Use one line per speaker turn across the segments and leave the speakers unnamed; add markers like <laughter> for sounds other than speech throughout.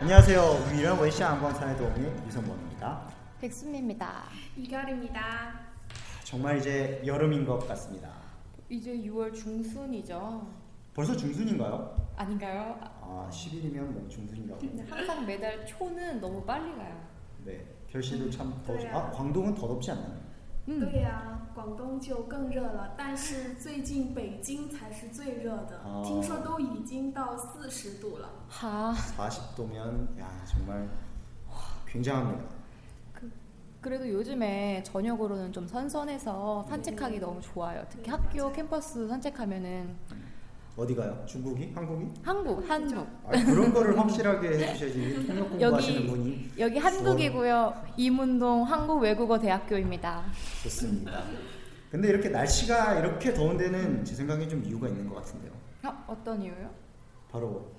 안녕하세요. 위일한 웨시아 안광산의 도우미 유성범입니다.
백수미입니다.
이결입니다.
정말 이제 여름인 것 같습니다.
이제 6월 중순이죠.
벌써 중순인가요?
아닌가요?
아, 10일이면 뭐 중순인가 보네.
항상 매달 초는 너무 빨리 가요.
네. 결실도 참 더워.
그래요.
아, 광동은 더 덥지 않나요?
对呀、广东就更热了，但是最近北京才是最热的，
哦
听说都已经到四十度了。
하.
40도면 야, 정말 굉장합니다.
그래도 요즘에 저녁으로는 좀 선선해서 산책하기 너무 좋아요. 특히
네,
학교
맞아요.
캠퍼스 산책하면은
어디 가요? 중국이? 한국이?
한국, 한국.
아, 그런 거를 확실하게 해주셔야지 통역 공부하시는 분이
여기 한국이고요. 이문동 한국외국어대학교입니다.
좋습니다. 근데 이렇게 날씨가 이렇게 더운 데는 제 생각엔 좀 이유가 있는 것 같은데요.
어, 어떤 이유요?
바로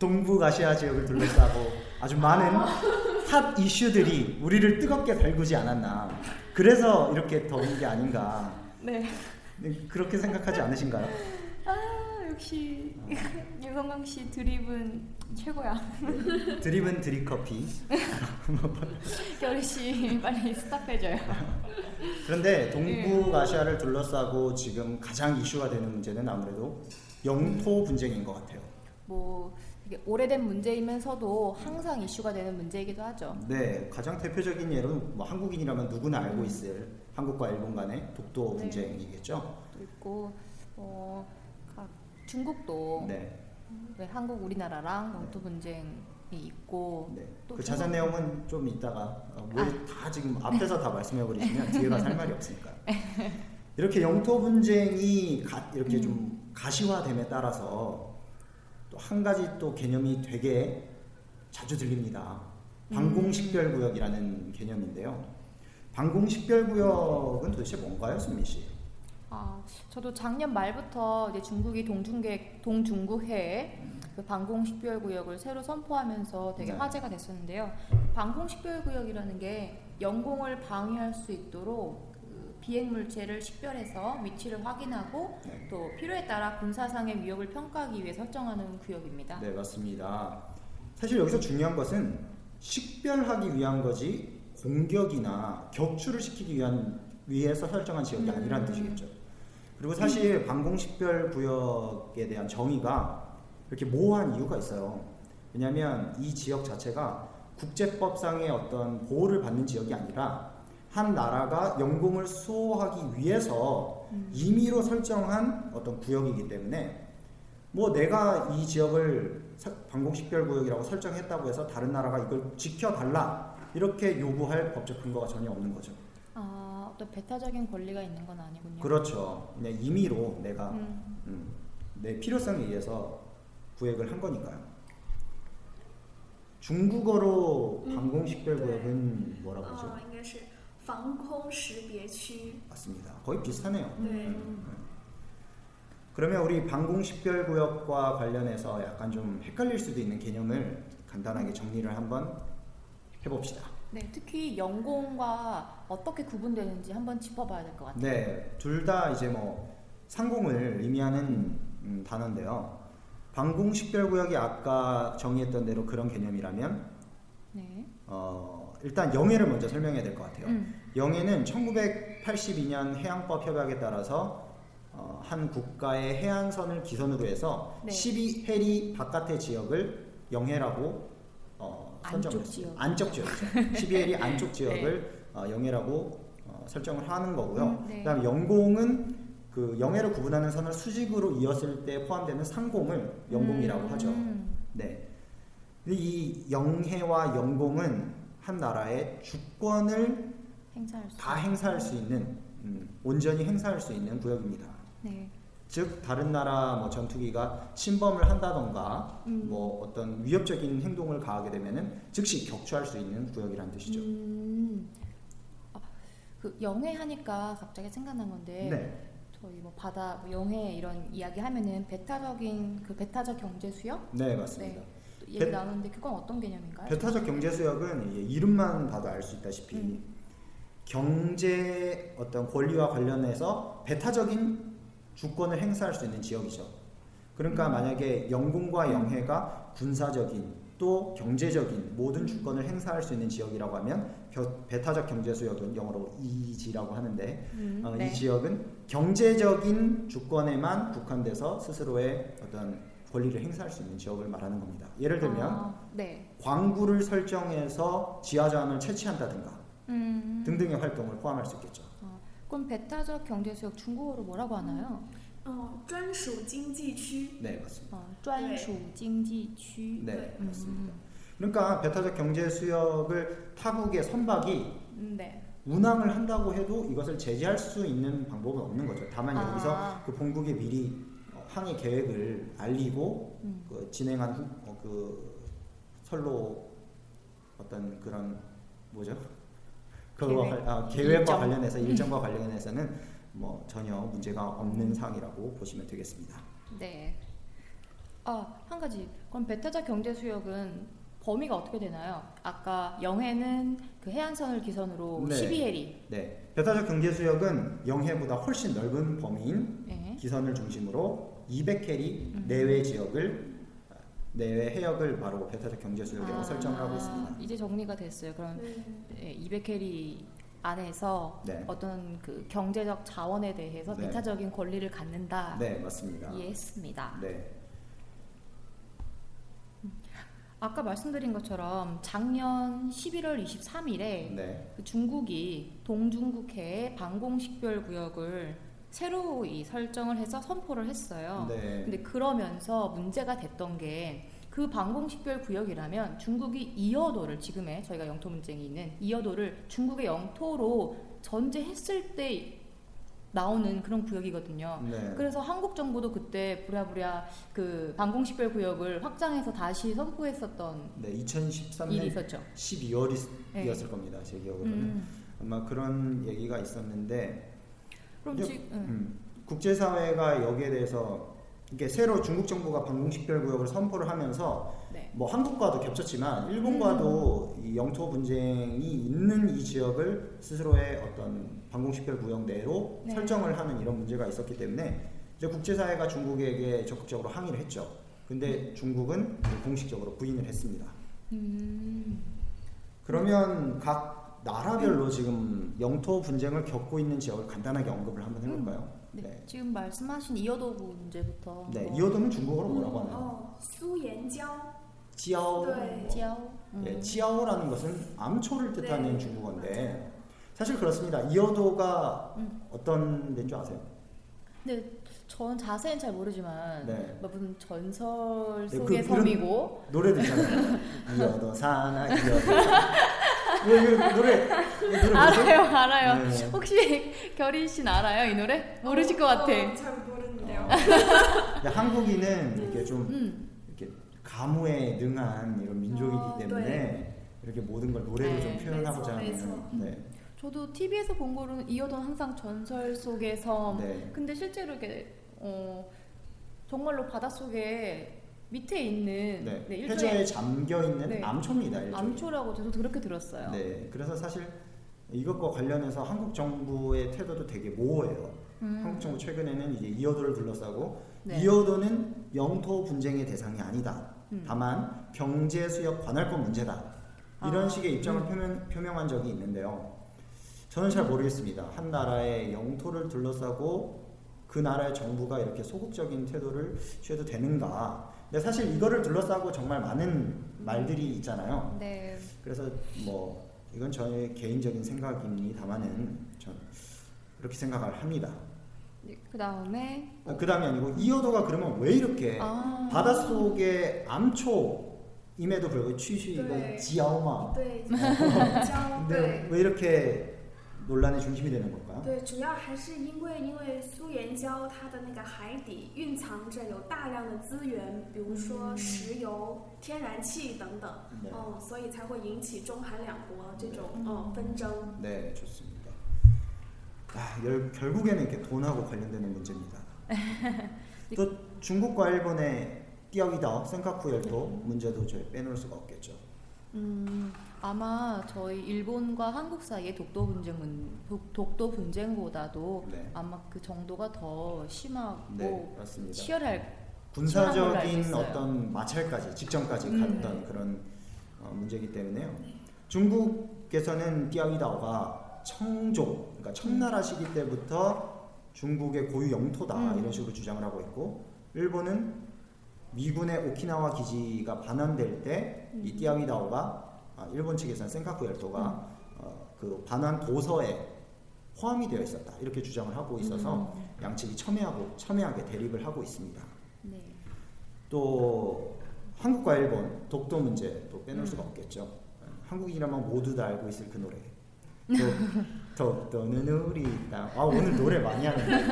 동북아시아 지역을 둘러싸고 아주 많은 핫 이슈들이 우리를 뜨겁게 달구지 않았나. 그래서 이렇게 더운 게 아닌가.
네.
그렇게 생각하지 않으신가요?
아, 역시 <laughs> 유성강 씨 드립은 최고야. <laughs>
드립은 드립커피.
결희 씨 빨리 스탑해줘요.
그런데 동북아시아를 둘러싸고 지금 가장 이슈가 되는 문제는 아무래도 영토 분쟁인 것 같아요.
뭐 되게 오래된 문제이면서도 항상 이슈가 되는 문제이기도 하죠.
네, 가장 대표적인 예로는 뭐 한국인이라면 누구나 알고 있을 한국과 일본 간의 독도
네.
분쟁이겠죠.
또 있고 어, 각 중국도
네.
왜 한국 우리나라랑 영토
네.
분쟁이 있고
네.
또
그
중간-
자세한 내용은 좀 이따가 어, 뭘
아.
다 지금 앞에서 다 말씀해
<laughs>
버리시면 뒤에 가서 할 말이 없으니까요.
네.
이렇게 영토 분쟁이 가- 이렇게
음.
좀 가시화됨에 따라서 또 한 가지 또 개념이 되게 자주 들립니다.
음.
방공식별구역이라는 개념인데요. 방공식별구역은 도대체 뭔가요, 승민 씨?
아, 저도 작년 말부터 이제 중국이 동중계 동중국해에 그 방공식별 구역을 새로 선포하면서 되게
네.
화제가 됐었는데요. 방공식별 구역이라는 게 영공을 방해할 수 있도록 그 비행 물체를 식별해서 위치를 확인하고
네.
또 필요에 따라 군사상의 위협을 평가하기 위해 설정하는 구역입니다.
네, 맞습니다. 사실 여기서 중요한 것은 식별하기 위한 거지 공격이나 격추를 시키기 위한 위해서 설정한 지역이
음.
아니라는 뜻이겠죠. 그리고 사실 방공식별 구역에 대한 정의가 이렇게 모호한 이유가 있어요. 왜냐하면 이 지역 자체가 국제법상의 어떤 보호를 받는 지역이 아니라 한 나라가 영공을 수호하기 위해서
음.
임의로 설정한 어떤 구역이기 때문에 뭐 내가 이 지역을 사- 방공식별구역이라고 설정했다고 해서 다른 나라가 이걸 지켜달라 이렇게 요구할 법적 근거가 전혀 없는 거죠.
아, 어떤 배타적인 권리가 있는 건 아니군요.
그렇죠. 그냥 임의로 내가
네. 음,
음, 내 필요성에 의해서 구획을 한 거니까요. 중국어로
음, 아.
방공식별구역은 뭐라고 하죠?
哦，应该是防空识别区。
맞습니다. 거의 비슷하네요.
네.
그러면 우리 방공식별구역과 관련해서 약간 좀 헷갈릴 수도 있는 개념을 간단하게 정리를 한번 해봅시다.
네, 특히 영공과 어떻게 구분되는지 한번 짚어봐야 될 것 같아요.
네, 둘 다 이제 뭐 상공을 의미하는 음, 단어인데요. 방공식별구역이 아까 정의했던 대로 그런 개념이라면
네.
어, 일단 영해를 먼저 설명해야 될 것 같아요.
음.
영해는 1982년 해양법 협약에 따라서 어, 한 국가의 해안선을 기선으로 해서
네.
12해리 바깥의 지역을 영해라고 어,
안쪽
설정을 했어요.
지역. 네.
안쪽 지역이죠. 12해리
<laughs>
안쪽 지역을 어, 영해라고 어, 설정을 하는 거고요.
음, 네.
그다음 에 영공은 그 영해를 구분하는 선을 수직으로 이었을 때 포함되는 상공을 영공이라고 하죠.
음.
네. 근데 이 영해와 영공은 한 나라의 주권을
행사할 수.
다 행사할 수 있는 음, 온전히 행사할 수 있는 구역입니다.
네.
즉 다른 나라 뭐 전투기가 침범을 한다던가
음.
뭐 어떤 위협적인 행동을 가하게 되면은 즉시 격추할 수 있는 구역이란 뜻이죠.
음. 아, 그 영해 하니까 갑자기 생각난 건데
네.
저희 뭐 바다 뭐 영해 이런 이야기 하면은 베타적인 그 베타적 경제 수역
네, 맞습니다.
또 얘기
베-
나오는데 그건 어떤 개념인가요?
배타적 경제 수역은 이제 이름만 봐도 알 수 있다시피
음.
경제 어떤 권리와 관련해서 배타적인 주권을 행사할 수 있는 지역이죠. 그러니까 만약에 영공과 영해가 군사적인 또 경제적인 모든 주권을 행사할 수 있는 지역이라고 하면 겨- 배타적 경제 수역은 영어로 EEG라고 하는데
음,
어,
네.
이 지역은 경제적인 주권에만 국한돼서 스스로의 어떤 권리를 행사할 수 있는 지역을 말하는 겁니다. 예를 들면
아, 네.
광구를 설정해서 지하자원을 채취한다든가
음.
등등의 활동을 포함할 수 있겠죠.
그럼 베타적 경제 수역 중국어로 뭐라고 하나요?
嗯，专属经济区，
네, 맞습니다.
어, 专属经济区.
네,
음.
맞습니다. 그러니까 배타적 경제 수역을 타국의 선박이
음, 네.
운항을 한다고 해도 이것을 제재할 수 있는 방법은 없는 거죠. 다만
아.
여기서 그 본국에 미리 어, 항해 계획을 알리고
음.
그 진행한 후, 어, 그 선로 어떤 그런 뭐죠? 그거와
계획?
관- 아, 계획과
일정? 음.
관련해서 일정과 관련해서는 뭐 전혀 문제가 없는 상이라고 보시면 되겠습니다.
네. 아, 한 가지. 그럼 베타적 경제 수역은 범위가 어떻게 되나요? 아까 영해는 그 해안선을 기선으로
네.
12해리.
네, 배타적 경제 수역은 영해보다 훨씬 넓은 범위인
네.
기선을 중심으로 200해리
음.
내외 지역을 내외 해역을 바로 배타적 경제 수역이라고
아,
설정을 하고 있습니다.
이제 정리가 됐어요. 그럼
嗯，
예, 200해리 안에서
네.
어떤 그 경제적 자원에 대해서
네.
베타적인 권리를 갖는다.
네, 맞습니다.
예. 이해했습니다.
네,
아까 말씀드린 것처럼 작년 11월 23일에
네,
그 중국이 동중국해의 방공식별구역을 새로 이 설정을 해서 선포를 했어요.
네.
근데 그러면서 문제가 됐던 게 그 방공식별구역이라면 중국이 이어도를 지금의 저희가 영토 분쟁이 있는 이어도를 중국의 영토로 전제했을 때 나오는 그런 구역이거든요.
네.
그래서 한국 정부도 그때 부랴부랴 그 방공식별 구역을 확장해서 다시 선포했었던
네, 네.
일이
2013년
있었죠.
12월이었을 겁니다. 제 기억으로는
음.
아마 그런 얘기가 있었는데
그럼
근데-
지금 음.
음, 국제사회가 여기에 대해서 이게 새로 중국 정부가 방공식별구역을 선포를 하면서
네.
뭐 한국과도 겹쳤지만 일본과도
음.
이 영토 분쟁이 있는 이 지역을 스스로의 어떤 방공식별구역 내로
네.
설정을 하는 이런 문제가 있었기 때문에 이제 국제사회가 중국에게 적극적으로 항의를 했죠.
네.
근데 중국은 공식적으로 부인을 했습니다.
음.
그러면 각 나라별로
네.
지금 영토 분쟁을 겪고 있는 지역을 간단하게 언급을 한번 해볼까요?
네.
네.
지금 말씀하신 이어도 문제부터
네,
한번.
이어도는 중국어로
음.
뭐라고 하나요?
哦，苏岩礁，
지아오.
네.
지하오. 음.
예, 지아오라는 것은 암초를 뜻하는
네.
중국어인데 사실 그렇습니다. 이어도가
음.
어떤 데인 줄 아세요?
근데 전 자세히는 잘 모르지만
네.
뭐 무슨 전설
네,
속의
그- 그런-
섬이고
노래 듣잖아요.
<laughs>
이어도 사나 이어도. 왜, 왜, 노래 이 노래 뭐죠?
알아요, 알아요.
네.
<laughs> 혹시 결인 씨는 알아요 이 노래? 모르실 것 같아.
어, 哦 잘 모르는데요.
근데 한국인은 이렇게 좀
음.
이렇게 가무에 능한 이런 민족이기
어,
때문에 이렇게 모든 걸 노래로
네, 음.
좀 표현하고자
그래서,
하는 네,
저도 TV에서 본 거로는 이어도는 항상 전설 속의 섬
네,
근데 실제로 이게 어, 정말로 바닷속에 밑에 있는
네.
네,
해저에
일종의
잠겨 있는
네.
암초입니다. 일종의.
암초라고 저도 그렇게 들었어요.
네, 그래서 사실 이것과 관련해서 한국 정부의 태도도 되게 모호해요.
음,
한국 정부 최근에는 이제 이어도를 둘러싸고
네.
이어도는 영토 분쟁의 대상이 아니다.
음.
다만 경제 수역 관할권 문제다. 이런
아,
식의 입장을 표명, 표명한 적이 있는데요. 저는 잘 모르겠습니다. 한 나라의 영토를 둘러싸고 그 나라의 정부가 이렇게 소극적인 태도를 취해도 되는가. 근데 사실 이거를 둘러싸고 정말 많은 말들이 있잖아요.
네.
그래서 뭐 이건 저의 개인적인 생각입니다만은 전 그렇게 생각을 합니다.
그 다음에
그 다음이 아니고 이어도가 그러면 왜 이렇게
아,
바닷속의 암초임에도 불구하고 취시 이거
네.
지아오마
对，
<laughs>
胶
근데
对
왜 이렇게 논란의 중심이 되는 걸까요?
对，主要还是因为因为苏岩礁它的那个海底蕴藏着有大量的资源，比如说石油、天然气等等，
네.
嗯，所以才会引起中韩两国这种
嗯
嗯纷争。
네, 좋습니다. 아, 열, 결국에는 이렇게 돈하고 관련되는 문제입니다. 또 중국과 일본의 띠아위다오, 센카쿠 열도 문제도 저희 빼놓을 수가 없겠죠.
음, 아마 저희 일본과 한국 사이의 독도 분쟁은 독, 독도 분쟁보다도
네,
아마 그 정도가 더 심하고
네, 맞습니다.
치열할 심한 걸로 알고
군사적인
있어요.
어떤 마찰까지 직전까지
음.
갔던 그런 어, 문제이기 때문에요. 중국에서는 띠아위다오가 청종, 그러니까 청나라 시기 때부터 중국의 고유 영토다
음.
이런 식으로 주장을 하고 있고 일본은 미군의 오키나와 기지가 반환될 때
음.
이 띠아위다오가 아, 일본 측에서는 센카쿠 열도가 어, 그 반환 도서에 포함이 되어 있었다 이렇게 주장을 하고 있어서
음,
양측이 첨예하고 첨예하게 대립을 하고 있습니다.
네.
또 한국과 일본 독도 문제 또 빼놓을
음.
수가 없겠죠. 한국인이라면 모두 다 알고 있을 그 노래. 또 독도는 우리 땅. 아 오늘 노래 많이 하는데.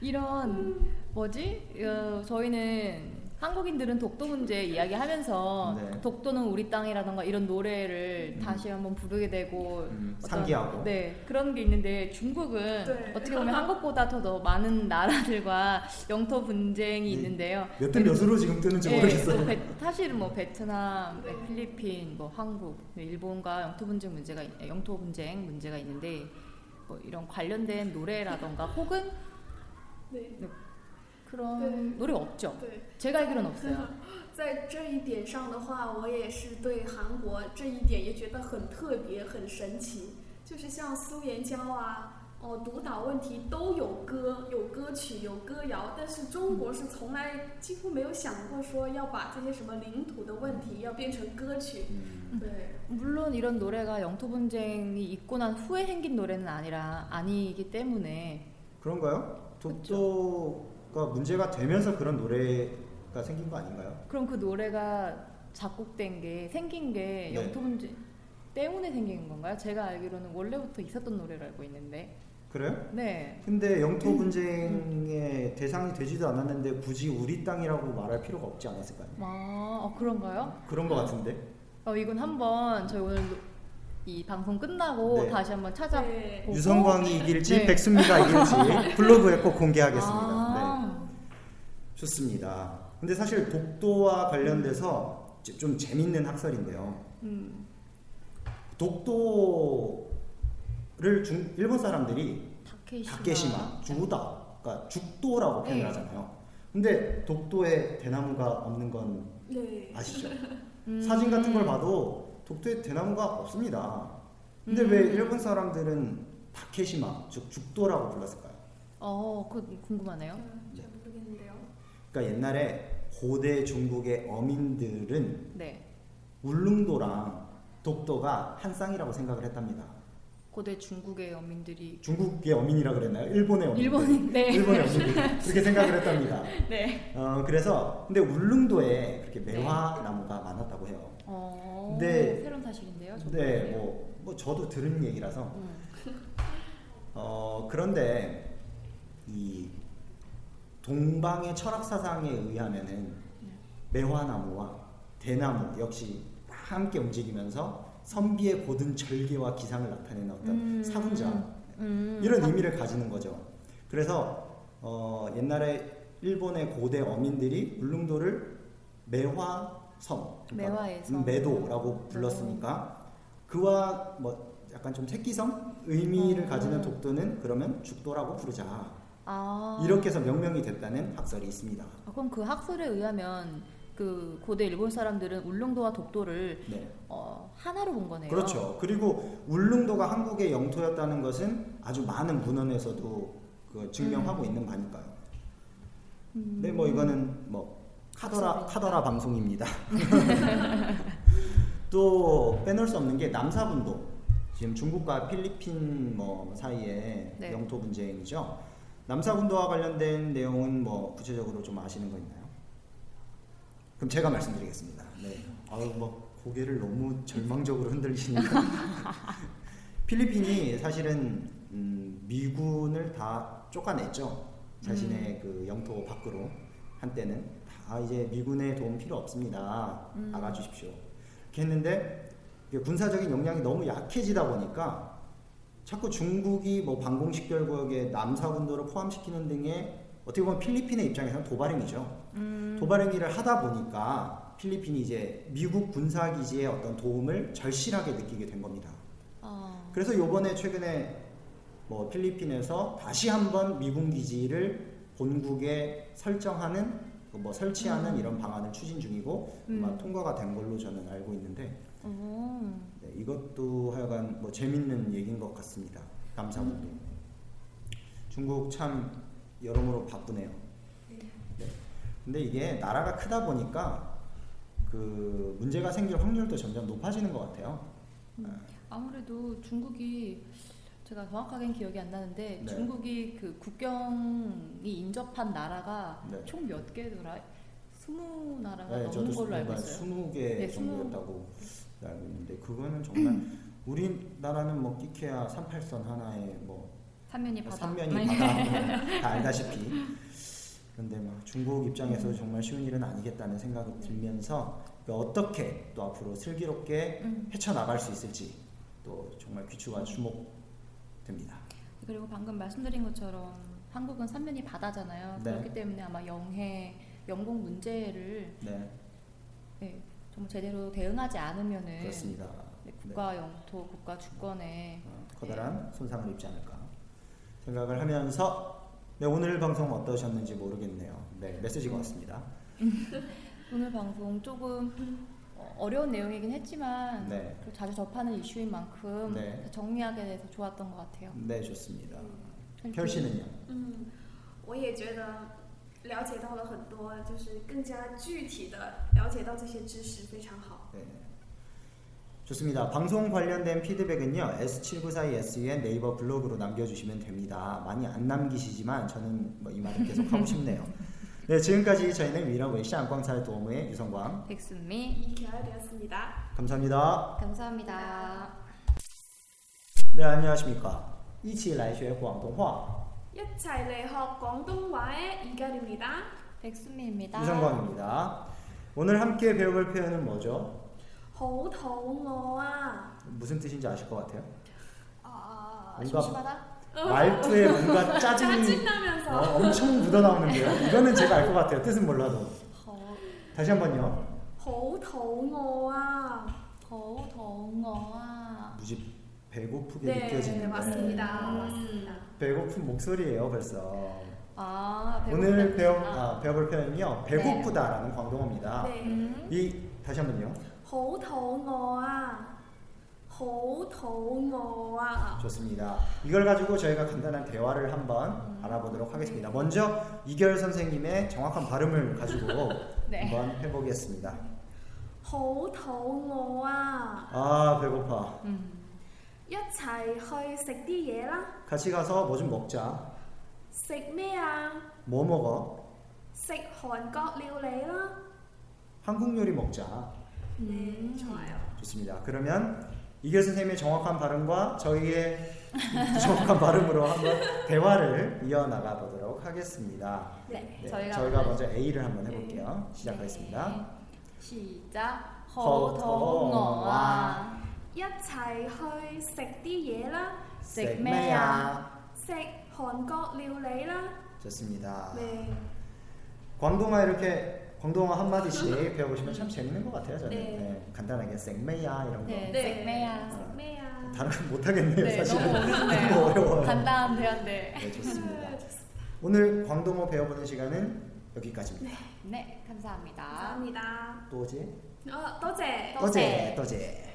이런 뭐지? 어, 저희는 한국인들은 독도 문제 이야기하면서
네.
독도는 우리 땅이라던가 이런 노래를
음.
다시 한번 부르게 되고
음,
어떤-
상기하고.
네 그런 게 있는데 중국은
네.
어떻게 보면 한국보다 더, 더 많은 나라들과 영토 분쟁이
네.
있는데요.
몇 대 몇으로 지금 뜨는지
예, 뭐
모르겠어요.
베- 사실은 뭐 베트남, 네, 필리핀, 뭐 한국, 네, 일본과 영토 분쟁 문제가 있- 영토 분쟁 문제가 있는데 뭐 이런 관련된 노래라던가 혹은
对
그런
네.
노래 없죠.
对，
제가 알기로는 없어요.
<laughs> 在这一点上的话，我也是对韩国这一点也觉得很特别、很神奇。就是像苏元礁啊，哦，独岛问题都有歌、有歌曲、有歌谣，但是中国是从来几乎没有想过说要把这些什么领土的问题要变成歌曲。
嗯
음,
对，
물론 이런 노래가 영토 분쟁이 있고 난 후에 생긴 노래는 아니라 아니기 때문에
그런가요? 독도가 문제가 되면서 그런 노래가 생긴 거 아닌가요?
그럼 그 노래가 작곡된 게 생긴 게
네.
영토 분쟁 때문에 생긴 건가요? 제가 알기로는 원래부터 있었던 노래를 알고 있는데
그래요?
네
근데 영토 분쟁의 대상이 되지도 않았는데 굳이 우리 땅이라고 말할 필요가 없지 않았을까요?
아, 어, 그런가요?
그런 거 같은데.
어, 이건 한번 저희 오늘 노- 이 방송 끝나고
네.
다시 한번 찾아
네.
보고
유성광이 이길지
네.
백수미가
<laughs>
이길지 블로그에 꼭 공개하겠습니다. 네.
아,
좋습니다. 근데 사실 독도와 관련돼서 지- 좀 재밌는 학설인데요.
음,
독도를 중, 일본 사람들이
다케시마.
다케시마, 주다, 그러니까 죽도라고
네.
표현을 하잖아요. 근데 독도에 대나무가 없는 건
对，
아시죠?
음.
사진 같은 걸 봐도 독도에 대나무가 없습니다. 근데 왜
음.
일본 사람들은 다케시마, 즉 죽도라고 불렀을까요?
어, 그 궁금하네요.
嗯，全部都跟你聊。
그러니까 옛날에 고대 중국의 어민들은
네.
울릉도랑 독도가 한 쌍이라고 생각을 했답니다.
고대 중국의 어민들이
중국의 어민이라 그랬나요? 일본의 어민.
일본인 네.
일본의 어민. 그렇게 생각을 했답니다.
네.
어, 그래서 근데 울릉도에 그렇게 매화나무가 많았다고 해요.
어.
네.
새로운 사실인데요. 저도
근데
모르네요.
뭐, 뭐 저도 들은 얘기라서
음.
<laughs> 어, 그런데 이 동방의 철학 사상에 의하면은
네.
매화나무와 대나무 역시 다 함께 움직이면서 선비의 고든 절개와 기상을 나타내는 어떤
음.
사분자
음.
이런
사-
의미를 가지는 거죠. 그래서 어, 옛날에 일본의 고대 어민들이 울릉도를 매화섬,
매화의 섬.
음, 매도라고 불렀으니까 그와 뭐 약간 좀 새끼섬 의미를
음.
가지는 독도는 그러면 죽도라고 부르자
아.
이렇게 해서 명명이 됐다는 학설이 있습니다.
아, 그럼 그 학설에 의하면 그 고대 일본 사람들은 울릉도와 독도를
네.
어, 하나로 본 거네요.
그렇죠. 그리고 울릉도가 한국의 영토였다는 것은 아주 많은 문헌에서도 그 증명하고 있는 바니까요.
음.
네, 뭐 이거는 뭐 카더라
학습이니까.
카더라
<laughs>
방송입니다. 또 빼놓을 수 없는 게 남사분도 지금 중국과 필리핀 뭐 사이에
네.
영토 분쟁이죠. 남사군도와 관련된 내용은 뭐 구체적으로 좀 아시는 거 있나요? 그럼 제가 말씀드리겠습니다. 네. 아유 뭐 고개를 너무 절망적으로 흔들리시니까. <laughs> 필리핀이 사실은 음, 미군을 다 쫓아냈죠. 자신의 그 영토 밖으로 한때는 다 이제 미군의 도움 필요 없습니다. 나가주십시오. 이렇게 했는데 이게 군사적인 역량이 너무 약해지다 보니까 자꾸 중국이 뭐 방공식별구역에 남사군도를 포함시키는 등의 어떻게 보면 필리핀의 입장에서는 도발행위죠. 도발행위를 하다 보니까 필리핀이 이제 미국 군사기지의 어떤 도움을 절실하게 느끼게 된 겁니다.
아,
그래서 요번에 최근에 뭐 필리핀에서 다시 한번 미군 기지를 본국에 설정하는 뭐 설치하는 이런 방안을 추진 중이고 아마
음.
통과가 된 걸로 저는 알고 있는데
어.
네, 이것도 하여간 뭐 재밌는 얘기인 것 같습니다. 남사군도 중국 참 여러모로 바쁘네요. 네. 근데 이게 나라가 크다 보니까 그 문제가 생길 확률도 점점 높아지는 것 같아요.
아무래도 중국이 제가 정확하게는 기억이 안 나는데
네.
중국이 그 국경이 인접한 나라가
네.
총 몇 개더라? 스무 나라가
네,
넘는
저도
걸로 알고
뭔가
있어요.
20개
네,
정도였다고 알고 있는데 그거는 정말
<clears throat>
우리나라는 뭐 끼케야 38선 하나에 뭐
삼면이 네. 바다.
삼면이
<laughs>
네. 바다 다 알다시피 그런데 막 중국 입장에서 정말 쉬운 일은 아니겠다는 생각이 들면서 그 어떻게 또 앞으로 슬기롭게
음.
헤쳐나갈 수 있을지 또 정말 귀추가 주목됩니다.
그리고 방금 말씀드린 것처럼 한국은 삼면이 바다잖아요.
네.
그렇기 때문에 아마 영해, 영공 문제를
네,
네, 정말 제대로 대응하지 않으면은
그렇습니다. 네.
네, 국가 영토, 국가 주권에
어, 커다란 손상을 입지 않을까 생각을 하면서 네, 오늘 방송 어떠셨는지 모르겠네요. 네, 메시지가 왔습니다.
오늘 방송 조금 어, 어려운 내용이긴 했지만
네.
또 자주 접하는 이슈인 만큼
네.
정리하게 돼서 좋았던 것 같아요. 음,
네, 좋습니다.
그리고
별 씨는요?
嗯，我也觉得了解到了很多，就是更加具体的了解到这些知识非常好。
네. 좋습니다. 방송 관련된 피드백은요. S7942SUN 네이버 블로그로 남겨주시면 됩니다. 많이 안 남기시지만 저는 뭐이 말은 계속
<laughs>
하고 싶네요. 네, 지금까지 저희는 위랑 웨시 안광사의 도움의 유성광
백순미
이케아되었습니다
감사합니다.
감사합니다.
네, 안녕하십니까. 一起来学广东话
一齊嚟學廣東話嘅而家입니다
백순미입니다.
유성광입니다. 오늘 함께 배워볼 표현은 뭐죠?
好肚餓啊！
무슨 뜻인지 아실 것 같아요?
아,
뭔가-
심심하다.
말투에
<laughs>
뭔가 짜증이 어,
짜증나면서
엄청 묻어나오는데요. 이거는 제가 알 것 같아요. 뜻은 몰라도.
어.
더,
다시 한번요.
好肚餓啊！
더, 더워.
무지 배고프게
네
느껴지는데.
맞습니다.
아,
맞습니다.
배고픈 목소리예요, 벌써.
아,
오늘 배워
배고프구나.
아, 배워볼 표현은요. 배고프다라는 광동어입니다.
네，
음,
이 다시 한번요.
好肚餓啊！好肚餓啊！
좋습니다. 이걸 가지고 저희가 간단한 대화를 한번
음.
알아보도록 하겠습니다. 먼저 이결 선생님의 정확한 발음을
<laughs>
가지고
네.
한번 해보겠습니다.
好肚餓啊！
아 배고파.
음.
一齊去食啲嘢啦！
같이 가서 뭐 좀 먹자.
食咩啊？
뭐 먹어?
食韓國料理啦！
한국 요리 먹자.
음.
좋아요.
좋습니다. 그러면 이결 선생님의 정확한 발음과 저희의 <laughs> 부정확한 발음으로 한번 대화를 이어나가 보도록 하겠습니다.
네.
네,
저희가
저희가,
먼저-
먼저 A를 한번 해볼게요. 시작하겠습니다.
네. 시작.
더,
더워.
더워.
一齊去食啲嘢啦！
네. 섹메야.
食韓國料理啦！
좋습니다.
네.
광동화 이렇게 광동화 한 마디씩 배워보시면 참 재밌는 것 같아요. 저는
네.
네, 간단하게 생메야 이런 거
네,
네.
섹메야.
아,
咩啊？
다른 건 못하겠네요.
네,
사실
너무 어렵네요.
<laughs> 너무 어려워요.
간단한 대화인데.
네, 좋습니다. 오늘 광동어 배워보는 시간은 여기까지입니다.
네, 감사합니다.
啊 감사합니다.
또 오지?
어, 哦多謝。
또제.
또제. 또제.